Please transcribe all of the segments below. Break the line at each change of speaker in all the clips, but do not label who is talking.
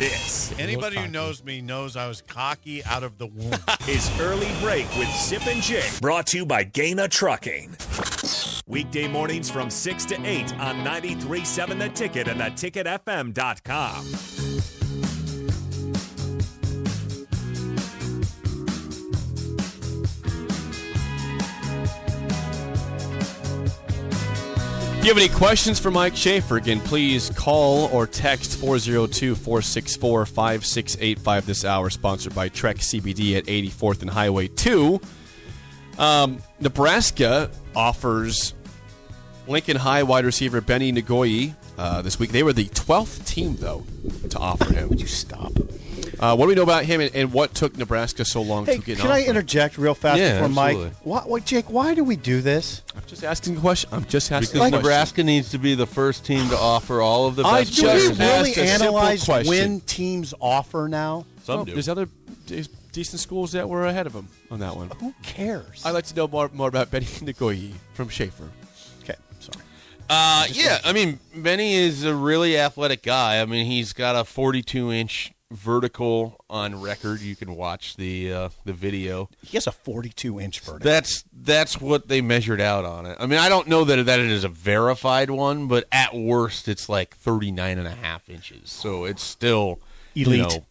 this. Anybody who
cocky.
knows me knows I was cocky out of the womb.
His early break with Zip and Jake.
Brought to you by Gaina Trucking.
Weekday mornings from 6 to 8 on 93.7 The Ticket and theticketfm.com.
If you have any questions for Mike Schaefer, again, please call or text 402 464 5685 this hour, sponsored by Trek CBD at 84th and Highway 2. Um, Nebraska offers Lincoln High wide receiver Benny Nagoye uh, this week. They were the 12th team, though, to offer him. Would you stop? Uh, what do we know about him and, and what took Nebraska so long
Hey,
to get
can I
offer?
interject real fast
Yeah,
before Mike?
absolutely.
Why, why, Jake? Why do we do this?
I'm just asking a question. I'm just asking
Because
a question.
Nebraska needs to be the first team to offer all of the
I
best
just
Do we
players.
asked a
really
simple
analyze
question.
when teams offer now?
Some
Well,
do.
Oh, There's other de- decent schools that were ahead of them on that one.
Who cares?
I'd like to know more, more about Benny Nagoye from Schaefer.
okay, sorry.
Uh, yeah, I mean, Benny is a really athletic guy. I mean, he's got a 42 inch vertical on record. You can watch the uh, the video.
He has a 42 inch verdict.
That's that's what they measured out on it. I mean, I don't know that that it is a verified one, but at worst, it's like 39 and a half inches. So it's still
Elite.
You know,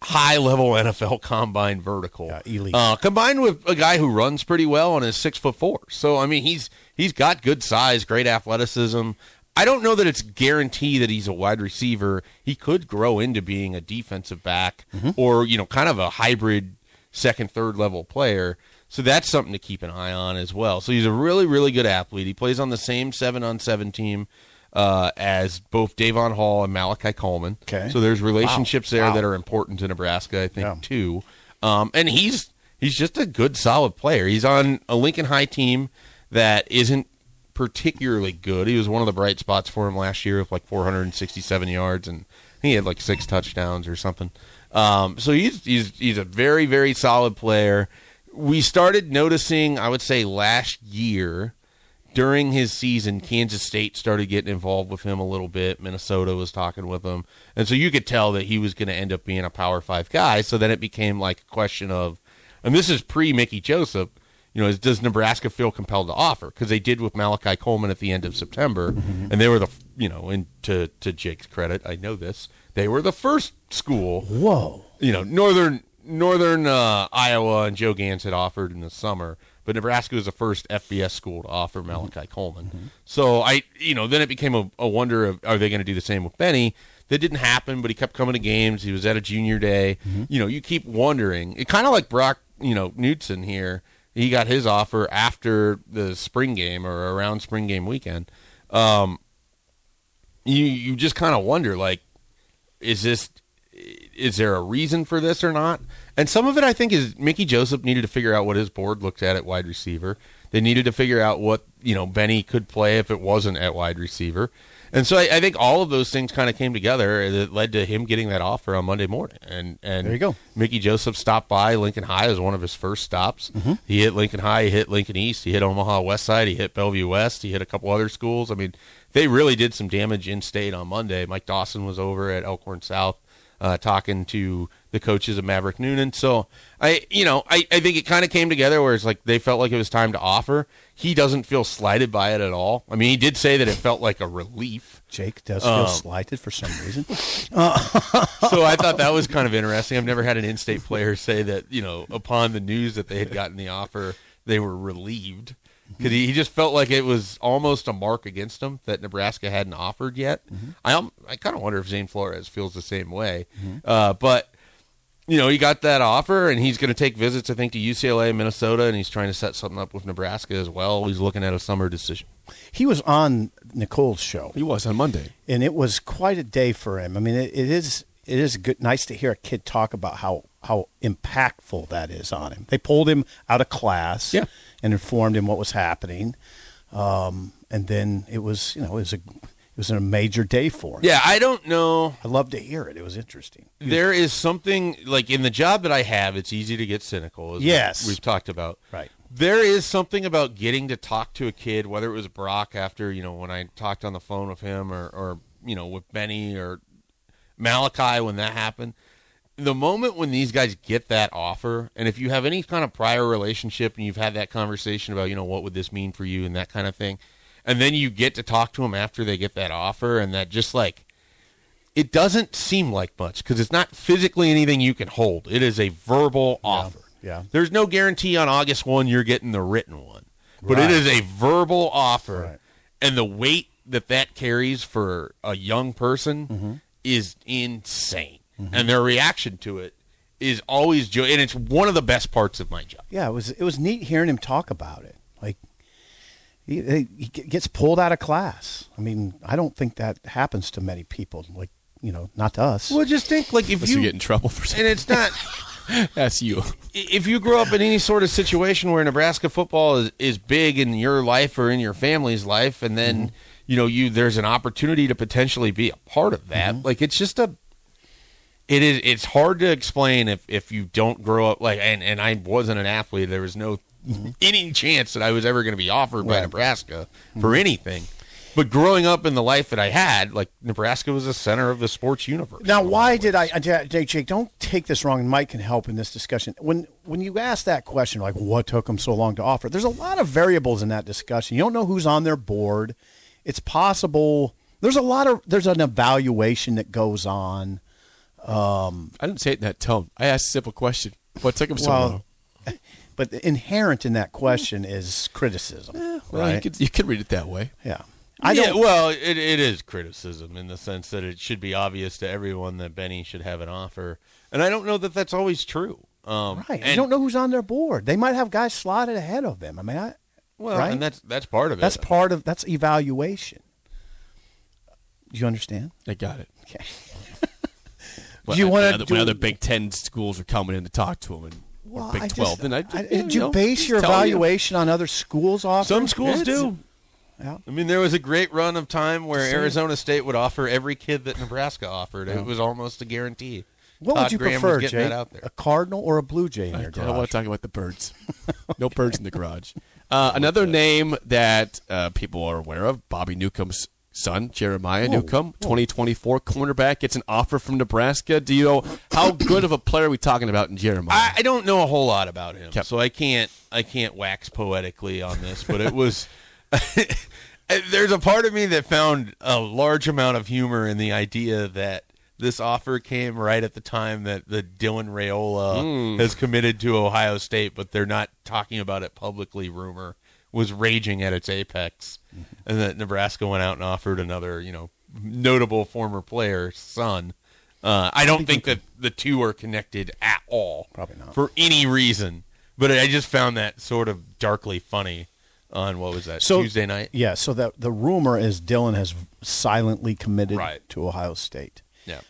High level NFL combine vertical,
Yeah, elite.
Uh, combined with a guy who runs pretty well and is six foot four. So I mean, he's he's got good size, great athleticism. I don't know that it's guarantee that he's a wide receiver. He could grow into being a defensive back or you know, kind of a hybrid second, third level player. So that's something to keep an eye on as well. So he's a really, really good athlete. He plays on the same seven on seven team uh, as both Davon Hall and Malachi Coleman.
Okay.
So there's relationships there that are important to Nebraska, I think,
Yeah.
too. Um, and he's he's just a good, solid player. He's on a Lincoln High team that isn't particularly good. He was one of the bright spots for him last year with like 467 yards, and he had like six touchdowns or something. Um, so he's he's he's a very, very solid player. We started noticing, I would say, last year during his season, Kansas State started getting involved with him a little bit. Minnesota was talking with him. And so you could tell that he was going to end up being a Power Five guy. So then it became like a question of, and this is pre Mickey Joseph, you know, is, does Nebraska feel compelled to offer? Because they did with Malachi Coleman at the end of September. And they were the, you know, and to, to Jake's credit, I know this, they were the first school
Whoa.
you know, northern northern uh, Iowa and Joe Gans had offered in the summer, but Nebraska was the first FBS school to offer Malachi Coleman. So I, you know, then it became a, a wonder of are they going to do the same with Benny? That didn't happen, but he kept coming to games. He was at a junior day. You know, you keep wondering. It kind of like Brock, you know, Knudsen here. He got his offer after the spring game or around spring game weekend. Um, you you just kind of wonder like is this is there a reason for this or not? And some of it I think is Mickey Joseph needed to figure out what his board looked at at wide receiver. They needed to figure out what you know Benny could play if it wasn't at wide receiver. And so I, I think all of those things kind of came together that led to him getting that offer on Monday morning. And and
There you go.
Mickey Joseph stopped by Lincoln High as one of his first stops. He hit Lincoln High, he hit Lincoln East, he hit Omaha West Side, he hit Bellevue West, he hit a couple other schools. I mean, they really did some damage in state on Monday. Mike Dawson was over at Elkhorn South uh, talking to the coaches of Maverick Noonan. So I, you know, I, I think it kind of came together where it's like they felt like it was time to offer. He doesn't feel slighted by it at all. I mean, he did say that it felt like a relief.
Jake does feel
Um.
slighted for some reason.
so I thought that was kind of interesting. I've never had an in-state player say that, you know, upon the news that they had gotten the offer, they were relieved because he, he just felt like it was almost a mark against him that Nebraska hadn't offered yet. I um, I kind of wonder if Zane Flores feels the same way, uh, but. You know, he got that offer, and he's going to take visits, I think, to UCLA, and Minnesota, and he's trying to set something up with Nebraska as well. He's looking at a summer decision.
He was on Nicole's show,
He was on Monday.
and it was quite a day for him. I mean, it, it is it is good, nice to hear a kid talk about how how impactful that is on him. They pulled him out of class,
Yeah.
and informed him what was happening, um, and then it was you know it was a it was a major day for him.
Yeah, I don't know.
I love to hear it. It was interesting.
there is something like in the job that I have, it's easy to get cynical. As
Yes.
we- we've talked about.
Right.
There is something about getting to talk to a kid, whether it was Brock after you know when I talked on the phone with him, or or you know with Benny, or Malachi when that happened. The moment when these guys get that offer, and if you have any kind of prior relationship and you've had that conversation about, you know, what would this mean for you and that kind of thing, and then you get to talk to them after they get that offer, and that just like it doesn't seem like much because it's not physically anything you can hold. It is a verbal offer.
yeah.
There's no guarantee on August 1 you're getting the written one, but
Right.
it is a verbal offer.
Right.
And the weight that that carries for a young person is insane. And their reaction to it is always joy. And it's one of the best parts of my job.
Yeah, it was it was neat hearing him talk about it. Like he, he he g- gets pulled out of class. I mean, I don't think that happens to many people. Like you know, not to us.
Well, just think like if
Unless you
you.
get in trouble for
and
something.
it's not.
That's you.
if you grow up in any sort of situation where Nebraska football is, is big in your life or in your family's life, and then
Mm-hmm.
you know you there's an opportunity to potentially be a part of that.
Mm-hmm.
Like it's just a, it is it's hard to explain if if you don't grow up like and and I wasn't an athlete. There was no
Mm-hmm.
any chance that I was ever going to be offered by Nebraska
Mm-hmm.
for anything. But growing up in the life that I had, like Nebraska was the center of the sports universe.
Now, why did I, I- Jake? Jake, Don't take this wrong, and Mike can help in this discussion. When when you ask that question, like what took them so long to offer, there's a lot of variables in that discussion. You don't know who's on their board. It's possible. There's a lot of there's an evaluation that goes on.
I didn't say it in that tone. I asked a simple question. What took him so
Well,
long?
But inherent in that question is criticism,
Well, you,
right?
could, you could read it that way.
yeah,
I
I
yeah,
don't.
well, it, it is criticism in the sense that it should be obvious to everyone that Benny should have an offer, and I don't know that that's always true. Um,
Right.
And,
you don't know who's on their board. They might have guys slotted ahead of them. I mean, I,
Well,
right?
and that's that's part of it.
that's part of that's evaluation. Do you understand?
I got it.
Okay.
When,
Do you wanna
when other- when
do-
other Big Ten schools are coming in to talk to him and or
Well, I
Big
just-
Twelve? then I,
I-
you
did you
know,
base
just
your
tell you.
evaluation on other schools' offers?
Some schools
It's-
do.
Yeah.
I mean, there was a great run of time where Arizona State would offer every kid that Nebraska offered. It was almost a guarantee.
What
Todd
would you
Graham was
prefer,
getting
Jake?
that out there.
A cardinal or a blue jay in your
I don't want
garage?
to talk about the birds. no birds in the garage. Uh, another name that uh, people are aware of: Bobby Newcomb's son, Jeremiah Newcomb, 2024 cornerback, gets an offer from Nebraska. Do you know how good of a player are we talking about in Jeremiah?
I, I don't know a whole lot about him,
Okay.
so I can't I can't wax poetically on this. But it was Uh, there's a part of me that found a large amount of humor in the idea that this offer came right at the time that the Dylan Rayola
Hmm.
has committed to Ohio State, but they're not talking about it publicly. Rumor was raging at its apex,
Mm-hmm.
and that Nebraska went out and offered another you know notable former player son. Uh, I don't think that the two are connected at all.
Probably not.
For any reason. But I just found that sort of darkly funny on what was that, Tuesday night?
Yeah. So that the rumor is Dylan has silently committed
Right.
to Ohio State.
Yeah.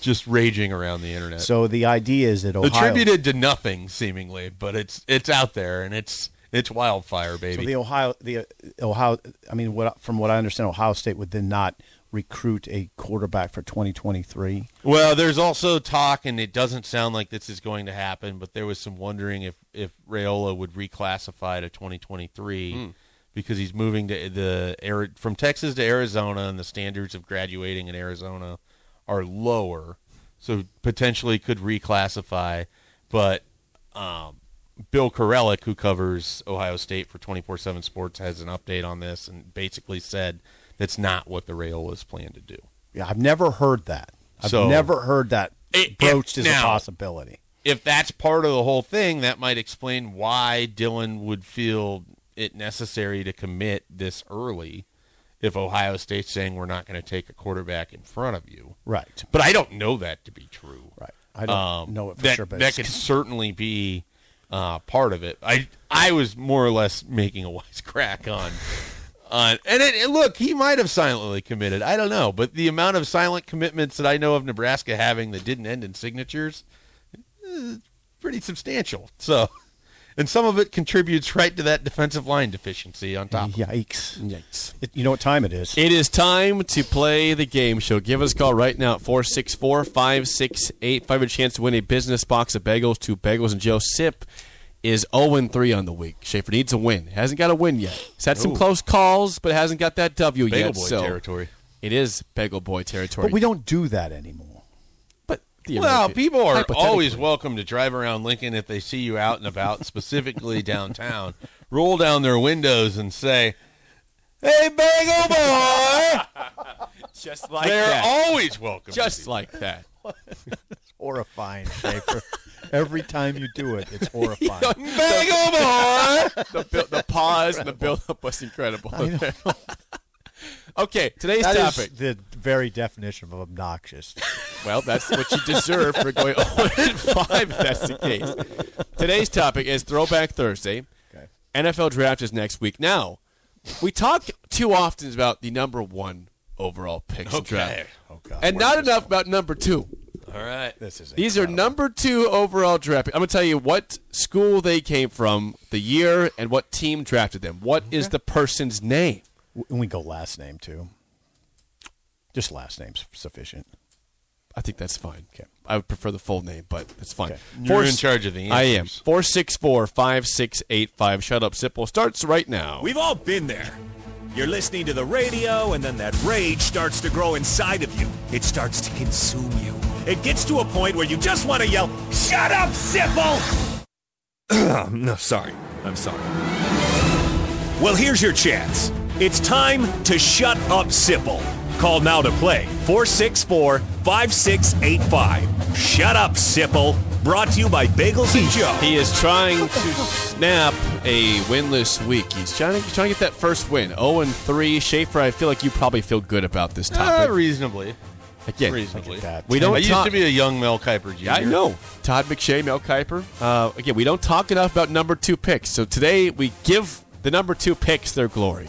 Just raging around the internet.
So the idea is that Ohio.
Attributed to nothing seemingly, but it's it's out there and it's it's wildfire,
So
baby.
the Ohio, the uh, Ohio, I mean, what from what I understand, Ohio State would then not recruit a quarterback for 2023.
Well, there's also talk, and it doesn't sound like this is going to happen, but there was some wondering if if Rayola would reclassify to 2023 because he's moving to the Ari- from Texas to Arizona, and the standards of graduating in Arizona are lower, so potentially could reclassify. But um, Bill Karelick, who covers Ohio State for 24/7 Sports, has an update on this and basically said that's not what the Rayola's plan to do.
Yeah, I've never heard that. I've
So-
never heard that
It-
broached
it-
as a
now-
possibility.
if that's part of the whole thing, that might explain why Dylan would feel it necessary to commit this early if Ohio State's saying we're not going to take a quarterback in front of you.
Right.
But I don't know that to be true.
Right. I don't
Um,
know it for
that,
sure, but
that
it's-
could certainly be uh, part of it. I I was more or less making a wise crack on on and it, and look, he might have silently committed. I don't know, but the amount of silent commitments that I know of Nebraska having that didn't end in signatures is pretty substantial. So, and some of it contributes right to that defensive line deficiency on top. of
Yikes.
Yikes.
It, you know what time it is?
It is time to play the game show. Give us a call right now at 464 5685. A chance to win a business box of bagels, two bagels, and Joe Sip is 0 3 on the week. Schaefer needs a win. Hasn't got a win yet. He's had some close calls, but hasn't got that W
Bagel
yet.
Boy
so
territory.
It is Bagel Boy territory.
But we don't do that anymore.
Well, people are
hypothetically.
always welcome to drive around Lincoln if they see you out and about, specifically downtown. Roll down their windows and say, "Hey, bagel boy!"
just like
They're
that.
always welcome.
just like that.
horrifying, Schaefer. Every time you do it, it's horrifying.
bagel boy.
the, build, the pause and the build up was incredible. okay, today's
That is
topic.
the very definition of obnoxious.
Well, that's what you deserve for going 0 and 5 if that's the case. Today's topic is Throwback Thursday.
Okay.
NFL draft is next week. Now, we talk too often about the number one overall picks in draft.
Oh God,
And not enough about number two.
All right.
this is
These are number two overall draft. I'm going to tell you what school they came from, the year, and what team drafted them. What is the person's name?
and we go last name too. Just last name's sufficient.
I think that's fine.
Okay.
I would prefer the full name, but it's fine.
Okay.
You're in charge of the
I am.
answers.
464 5685. Shut up, Sipple. Starts right now.
We've all been there. You're listening to the radio, and then that rage starts to grow inside of you. It starts to consume you. It gets to a point where you just want to yell, Shut up, Sipple! no, sorry. I'm sorry. Well, here's your chance. It's time to shut up, Sipple. Call now to play 464 5685. Shut up, Sipple. Brought to you by Bagels and Joe.
He is trying to snap a winless week. He's trying to, trying to get that first win. 0 and 3. Schaefer, I feel like you probably feel good about this
Uh,
Ah,
topic.
reasonably.
Again,
Reasonably.
that.
we don't
I used
talk-
to be a young Mel Kiper Jr.
Yeah, I know. Todd McShay, Mel Kiper. Uh, again, we don't talk enough about number two picks. So today we give the number two picks their glory.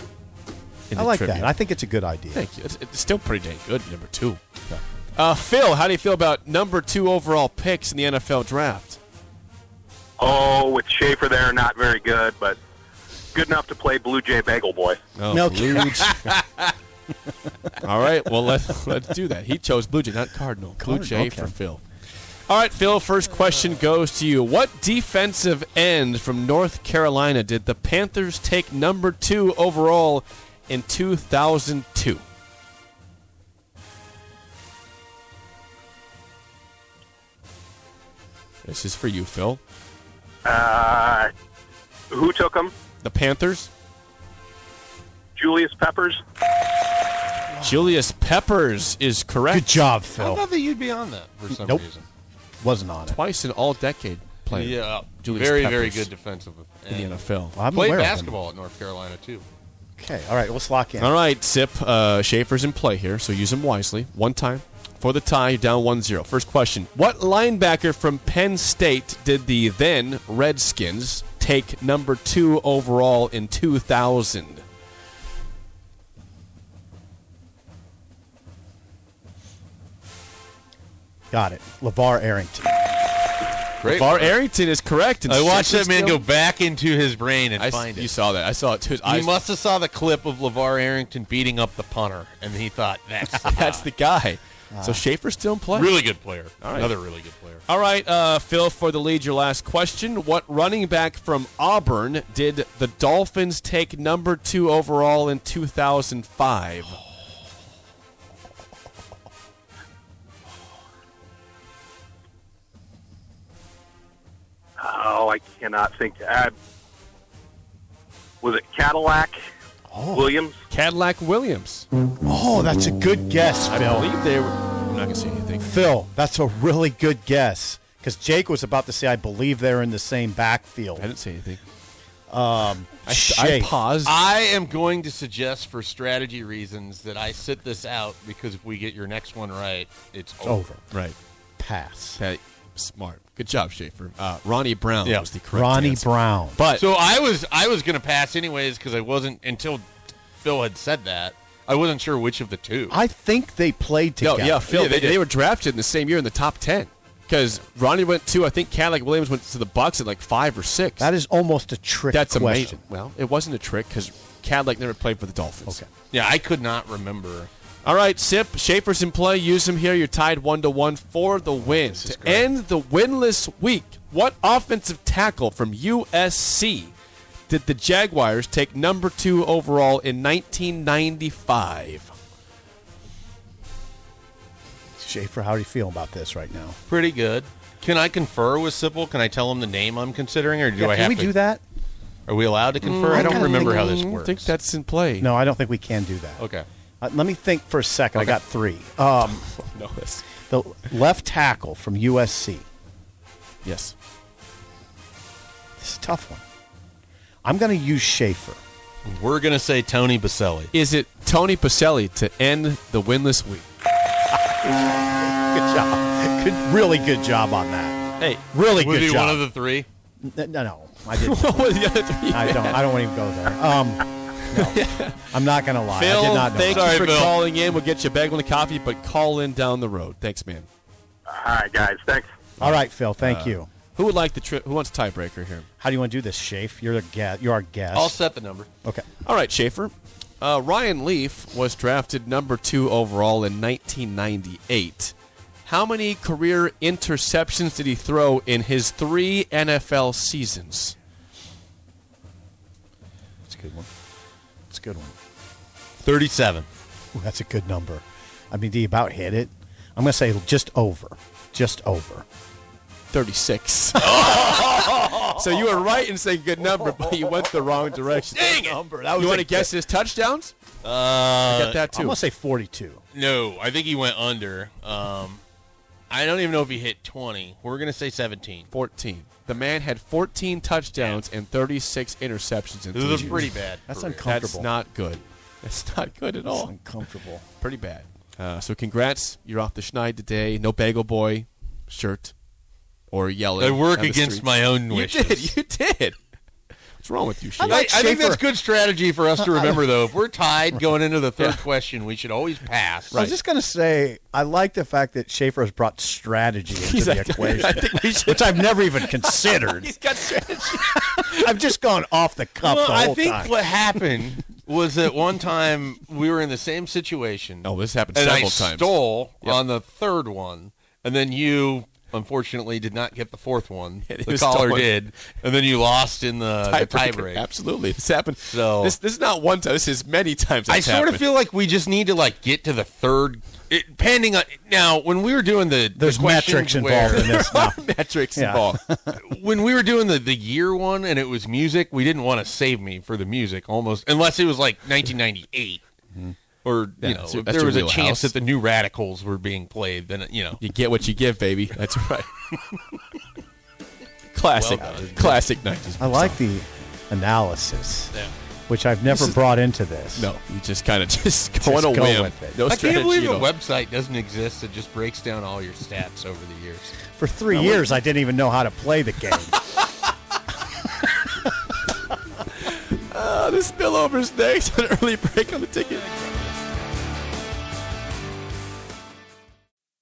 in
I
the
like
trivia.
that. I think it's a good idea.
Thank you. It's, it's still pretty dang good, number two. Uh, Phil, how do you feel about number two overall picks in the NFL draft?
Oh, with Schaefer there, not very good, but good enough to play Blue Jay Bagel Boy.
Oh,
Mel-
All right, well let's let's do that. He chose Blue Jay, not Cardinal. Blue
Cardinal,
Jay
okay.
for Phil. All right, Phil. First question goes to you. What defensive end from North Carolina did the Panthers take number two overall in 2002? This is for you, Phil.
Uh, who took him?
The Panthers.
Julius Peppers.
Julius Peppers is correct.
Good job,
I
Phil.
thought that you'd be on that for some
Nope.
reason.
Wasn't on it.
Twice an all-decade player.
Yeah,
Julius
very,
Peppers
very good defensively.
in the
And
NFL.
Well, I'm
Played
aware of him.
basketball at North Carolina too.
Okay. All right. Let's lock in.
All right, Sip. Uh, Schaefer's in play here, so use him wisely. One time for the tie, you're down 1 0. First question What linebacker from Penn State did the then Redskins take number two overall in 2000?
Got it. Levar Arrington.
Great.
Var Arrington is correct. and
I watched
Schaefer's
that man
still-
go back into his brain and
I s-
find
you
it.
saw that. I saw it too. His
He
eyes-
must have saw the clip of LeVar Arrington beating up the punter, and he thought that's
That's the guy. So Schaefer's still in play.
Ah. really good player.
right.
Another really good player.
All right, uh, Phil, for the lead, your last question. What running back from Auburn did the Dolphins take number two overall in 2005?
Oh, I cannot think. Uh, was it Cadillac? Williams?
Cadillac Williams.
Oh, that's a good guess,
I
Phil.
believe they were. I'm not going to say anything.
Phil, that's a really good guess. Because Jake was about to say, I believe they're in the same backfield.
I didn't say anything. I, I
Schaefer.
paused.
I am going to suggest, for strategy reasons, that I sit this out because if we get your next one right, it's
It's
over.
over.
right.
Pass.
Okay. Smart. Good job, Schaefer. Uh, Ronnie Brown
Yeah.
was the correct
Ronnie
answer.
Brown.
But
So I was I was gonna pass anyways because I wasn't until Phil had said that. I wasn't sure which of the two.
I think they played
No,
together.
yeah, Phil.
Yeah, they
they,
did.
they were drafted in the same year in the top ten because Ronnie went to I think Cadillac Williams went to the Bucks at like five or six.
That is almost a trick
That's
question.
amazing. Well, it wasn't a trick because Cadillac never played for the Dolphins.
Okay.
yeah, I could not remember.
All right, Sip Schaefer's in play. Use him here. You're tied one to one for the win
is
to
great.
end the winless week. What offensive tackle from USC did the Jaguars take number two overall in 1995?
Schaefer, how do you feel about this right now?
Pretty good. Can I confer with Sipple? Can I tell him the name I'm considering, or do
Yeah,
I
can
have
we
to?
do that? Mm,
Are we allowed to confer? I don't remember how this
I
works.
Mm, think that's in play.
No, I don't think we can do that.
okay.
Uh, let me think for a second.
Okay.
I got three. Um,
no, that's-
the left tackle from USC.
yes.
This is a tough one. I'm going to use Schaefer.
We're gonna say Tony Baselli.
Is it Tony Pacelli to end the winless week?
Good job. Good, really good job on that.
Hey,
Really
would
good
be
job.
one of the three.
N- No, no, I didn't.
What were the other three?
I don't. I don't want to even go there. Um, no. I'm not going to lie. I did
Phil,
not know.
thank
that.
you
Sorry,
for
Bill.
calling in. We'll get you a bag and a coffee, but call in down the road. Thanks, man.
All right, guys. Thanks.
All right, Phil. Thank you.
Who would like the trip? Who wants a tiebreaker here?
How do you want to do this, Schaefer? You're a guest. You're our guest.
I'll set the number.
okay.
All right, Schaefer. Uh, Ryan Leaf was drafted number two overall in 1998. How many career interceptions did he throw in his three NFL seasons?
That's a good one. That's a good one.
Thirty-seven.
Ooh, that's a good number. I mean, do you about hit it? I'm going to say just over. Just over.
36. so you were right in saying good number, but you went the wrong direction. Dang it! you want to guess his touchdowns? Uh, Get that
I'm
too.
going to say 42.
No, I think he went under. Um, I don't even know if he hit twenty. We're gonna say seventeen.
14. The man had 14 touchdowns and 36 interceptions in
This
three
is
years.
a pretty bad.
That's
career.
uncomfortable.
That's not good. That's not good at
That's
Oh.
all.
uncomfortable.
Pretty bad. Uh, so congrats. You're off the schneid today. No bagel boy shirt or yelling.
I work
down the
against
street.
my own
You
wishes.
did. You did. What's wrong with you, Shane?
like
I, I think
Schaefer.
that's good strategy for us to remember, though. If we're tied going into the third question, we should always pass.
I was just going to say, I like the fact that Schaefer has brought strategy into the equation, which I've never even considered.
He's got strategy.
I've just gone off the cuff
Well,
the
I
whole
think
time.
what happened was that one time we were in the same situation.
Oh, this happened
and I
several times.
stole on the third one, and then you unfortunately did not get the fourth one.
Yeah, he
the
was
caller
stolen.
did, and then you lost in the the
Tiebreaker.
tiebreak.
Absolutely. This happened.
So-
this, this is not one time. This is many times.
I
that's
sort of
happened.
feel like we just need to like get to the third. It, pending on now, when we were doing the the
There's
questions
metrics
where-
involved in this now.
metrics
Yeah.
involved.
when we were doing the, the year one and it was music, we didn't want to save me for the music almost, unless it was like 1998. Or,
Mm-hmm. Yeah,
you know,
that's your-
if
that's
there
your
was a
wheelhouse.
chance that the new radicals were being played, then, you know.
You get what you give, baby. That's right. classic,
Well done.
classic nineties.
I like the analysis,
Yeah.
which I've never brought into this.
No, you just kind of just go on a
go
whim.
with it.
No
I
strategy
can't believe
at
a
all.
website doesn't exist that just breaks down all your stats over the years.
For three years, I didn't even know how to play the game.
Uh, the spillover's next. An early break on the ticket.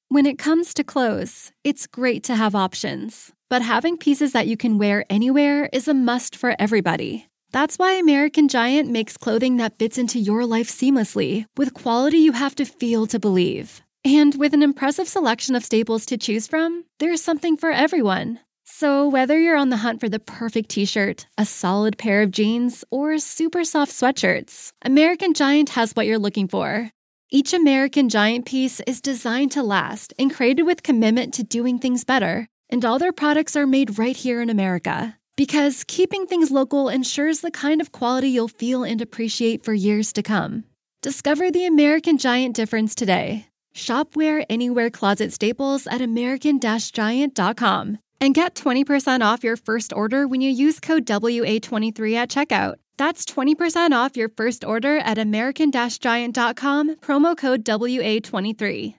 When it comes to clothes, it's great to have options, but having pieces that you can wear anywhere is a must for everybody. That's why American Giant makes clothing that fits into your life seamlessly, with quality you have to feel to believe. And with an impressive selection of staples to choose from, there's something for everyone. So, whether you're on the hunt for the perfect t shirt, a solid pair of jeans, or super soft sweatshirts, American Giant has what you're looking for. Each American Giant piece is designed to last and created with commitment to doing things better. And all their products are made right here in America. Because keeping things local ensures the kind of quality you'll feel and appreciate for years to come. Discover the American Giant difference today. Shop Wear Anywhere Closet Staples at American Giant.com and get 20% off your first order when you use code WA23 at checkout. That's 20% off your first order at American Giant.com, promo code WA23.